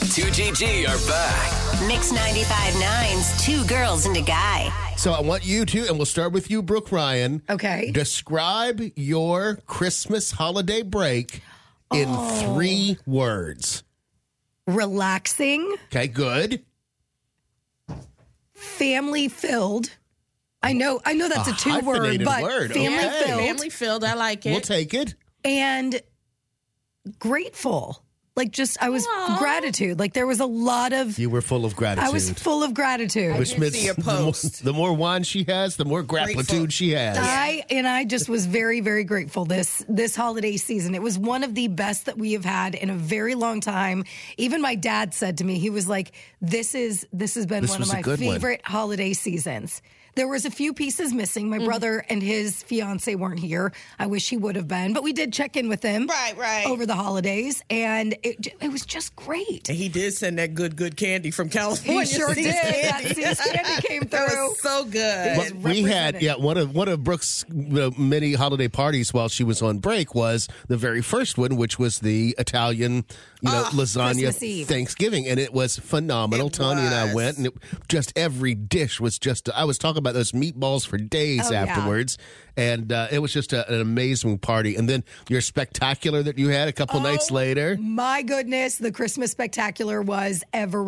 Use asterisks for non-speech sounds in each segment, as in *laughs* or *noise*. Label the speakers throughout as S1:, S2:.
S1: B2GG are back.
S2: Mix 95.9's Two Girls and a Guy.
S3: So I want you to, and we'll start with you, Brooke Ryan.
S4: Okay.
S3: Describe your Christmas holiday break in three
S5: Oh.
S3: words.
S4: Relaxing,
S3: Okay, good.
S4: family filled. I know, I know that's a,
S3: A
S4: two word,
S3: hyphenated
S4: but
S3: word,
S4: family
S3: okay.
S4: filled
S5: Family filled. I like
S3: We'll
S5: it.
S3: take it.
S4: and grateful. Like just, I was
S5: Aw.
S4: gratitude. Like there was a lot of,
S3: You were full of gratitude.
S4: I was full of gratitude.
S3: Which
S5: did
S3: means
S5: see your
S3: the more-
S5: post.
S3: The, more, wine she has, the more
S5: Grateful.
S3: gratitude she has.
S4: I and I just was very very grateful this this holiday season. It was one of the best that we have had in a very long time. Even my dad said to me, he was like, "This is this has been
S3: This
S4: one of
S3: was a
S4: my
S3: good one."
S4: favorite holiday seasons." There was a few pieces missing. My brother and his fiance weren't here. I wish he would have been, but we did check in with him
S5: Right, right.
S4: over the holidays, and it j- it was just great.
S5: And he did send that good, good candy from
S4: He
S5: California. *laughs*
S4: sure did.
S5: See's
S4: That
S5: candy.
S4: See's candy came
S5: That
S4: through.
S5: was so good.
S3: What we had
S4: represented.
S3: yeah one of one of Brooke's uh, many holiday parties while she was on break was the very first one, which was the Italian you know lasagna
S4: Ah, Christmas Eve.
S3: Thanksgiving, and it was phenomenal.
S5: It
S3: Tanya and I
S5: was.
S3: went, and it, just every dish was just. I was talking about those meatballs for days
S4: Oh, yeah.
S3: afterwards, and uh, it was just a, an amazing party. And then your spectacular that you had a couple nights
S4: Oh,
S3: later.
S4: My goodness, the Christmas spectacular was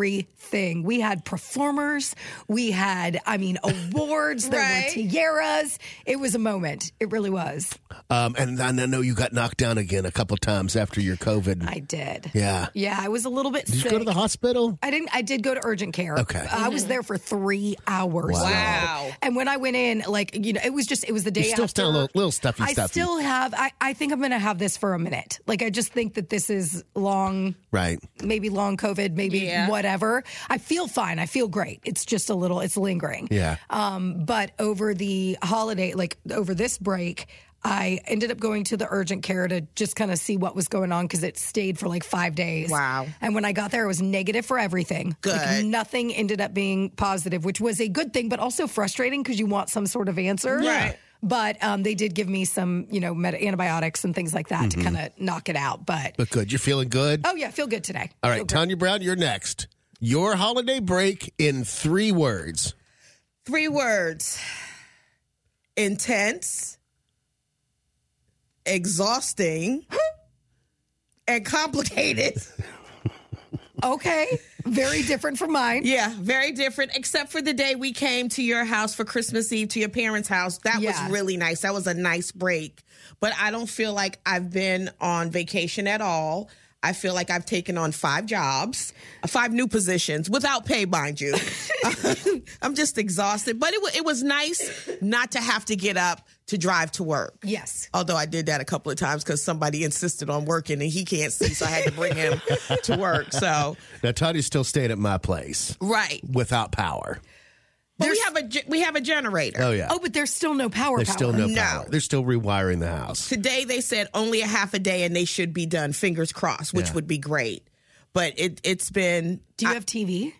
S4: everything. We had performers, we had, I
S3: *laughs*
S4: mean, awards, there were
S5: Right.
S4: tiaras. It was a moment. It really was.
S3: Um, and I know you got knocked down again a couple times after your COVID.
S4: I did.
S3: yeah.
S4: Yeah, I was a little bit
S3: Did you
S4: sick.
S3: go to the hospital?
S4: I didn't. I did go to urgent care.
S3: Okay. Mm-hmm.
S4: I was there for three hours.
S3: Wow.
S5: Wow.
S4: And when I went in, like you know, it was just it was the day.
S3: You still
S4: after.
S3: sound a little- little stuffy,
S4: I
S3: stuffy.
S4: still have. I, I think I'm going to have this for a minute. Like I just think that this is long.
S3: Right.
S4: maybe long COVID, maybe
S5: Yeah.
S4: whatever. I feel fine. I feel great. It's just a little, it's lingering.
S3: Yeah.
S4: Um, but over the holiday, like over this break, I ended up going to the urgent care to just kind of see what was going on because it stayed for like five days.
S5: Wow.
S4: And when I got there, it was negative for everything. Like
S5: Good.
S4: nothing ended up being positive, which was a good thing, but also frustrating because you want some sort of answer.
S5: Right.
S4: But um, they did give me some, you know, med- antibiotics and things like that to kind of knock it out. But
S3: Mm-hmm. But good. You're feeling good?
S4: oh, yeah, I feel good today.
S3: All right, Tanya Brown, you're next. Your holiday break in three words.
S5: Three words intense, exhausting, and complicated.
S4: Okay. Very different from mine.
S5: Yeah, very different, except for the day we came to your house for Christmas Eve to your parents' house. That
S4: Yeah.
S5: was really nice. That was a nice break. But I don't feel like I've been on vacation at all. I feel like I've taken on five jobs, five new positions without pay, mind you. *laughs* I'm just exhausted. But it, wa it was nice not to have to get up to drive to work.
S4: Yes.
S5: Although I did that a couple of times because somebody insisted on working and he can't see, so I had to bring him to work. So,
S3: Now, Tanya still stayed at my place
S5: right.
S3: without power.
S5: But we have a ge- we have a generator.
S3: Oh, yeah.
S4: Oh, but there's still no power.
S3: There's
S4: power.
S3: still no,
S5: No.
S3: power. They're still rewiring the house.
S5: Today they said only a half a day and they should be done. Fingers crossed, which
S3: Yeah.
S5: would be great. But it it's been
S4: Do you have TV?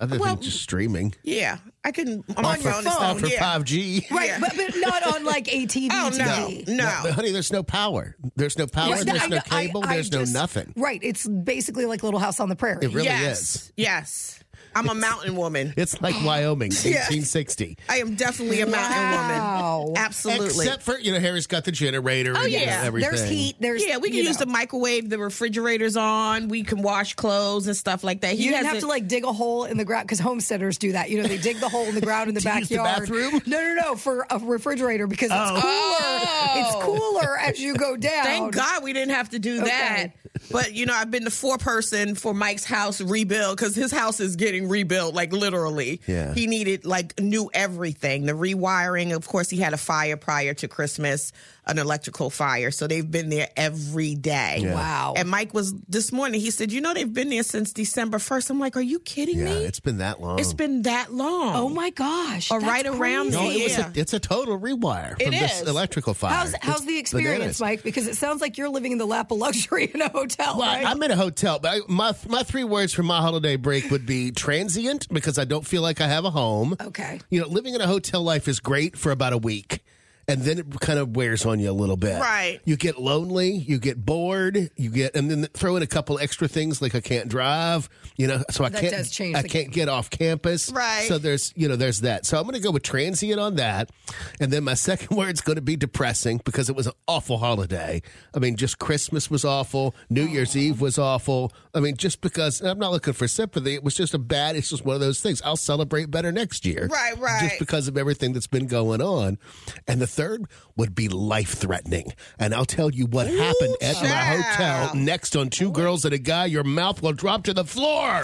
S3: Other
S5: Well-
S3: than just streaming.
S5: yeah. I can I'm on
S3: for,
S5: your phone.
S3: for
S5: yeah.
S3: 5G.
S4: Right,
S5: Yeah.
S4: but, but not on like
S3: *laughs*
S4: ATV
S5: Oh
S4: TV.
S5: no, no.
S3: But, honey, there's no power. There's no power.
S4: Right,
S3: there's
S4: I
S3: no
S4: know- I-
S3: cable.
S4: I
S3: there's
S4: just-
S3: no nothing.
S4: Right, it's basically like Little House on the Prairie.
S3: It really
S5: yes,
S3: is.
S5: yes. I'm a mountain woman.
S3: It's
S5: *gasps*
S3: like Wyoming, 1860.
S5: I am definitely a mountain
S4: Wow.
S5: woman. Absolutely. Oh,
S3: Except for, you know, Harry's got the generator and
S5: yeah. There's
S3: everything.
S4: There's heat. There's
S5: yeah, we can
S4: you
S5: use
S4: know.
S5: the microwave. The refrigerator's on. We can wash clothes and stuff like that. He
S4: You don't have
S5: hasn't-
S4: to like dig a hole in the ground because homesteaders do that. You know, they dig the hole
S3: *laughs*
S4: in the ground in the
S3: To use the
S4: backyard.
S3: bathroom?
S4: No, no, no, for a refrigerator because it's cooler.
S3: Oh.
S4: It's cooler as you go down.
S5: Thank God we didn't have to do that. But you know, I've been the foreperson for Mike's house rebuild because his house is getting rebuilt, like literally.
S3: Yeah.
S5: He needed like new everything. The rewiring, of course, he had a fire prior to Christmas, an electrical fire. So they've been there every day.
S4: Wow.
S5: And Mike was this morning, he said, You know, they've been there since December first. I'm like, Are you kidding
S3: yeah,
S5: me?
S3: it's been that long.
S5: it's been that long.
S4: Oh my gosh.
S5: Or
S4: that's
S5: right around
S4: crazy.
S3: No, it was
S5: Yeah.
S3: a, it's a total rewire from this
S5: is.
S3: electrical fire.
S4: How's, how's
S3: It's
S4: the experience,
S3: bananas.
S4: Mike? Because it sounds like you're living in the lap of luxury in a hotel.
S3: Well, I-
S4: right?
S3: I'm in a hotel, but I, my my three words for my holiday break would be transient because I don't feel like I have a home.
S4: Okay.
S3: You know, living in a hotel life is great for about a week. and then it kind of wears on you a little bit.
S5: Right.
S3: You get lonely, you get bored, you get, and then throw in a couple extra things like I can't drive, you know, so I
S4: That
S3: can't,
S4: does change
S3: I
S4: the
S3: can't get off campus.
S5: Right.
S3: So there's, you know, there's that. So I'm going to go with transient on that. And then my second *laughs* word's going to be depressing because it was an awful holiday. I mean, just Christmas was awful. New Year's Eve was awful. I mean, just because and I'm not looking for sympathy, it was just a bad, it's just one of those things. I'll celebrate better next year.
S5: Right, right.
S3: Just because of everything that's been going on. And the third would be life threatening. And I'll tell you what happened at my
S5: child.
S3: hotel next on Two Girls and a Guy. Your mouth will drop to the floor.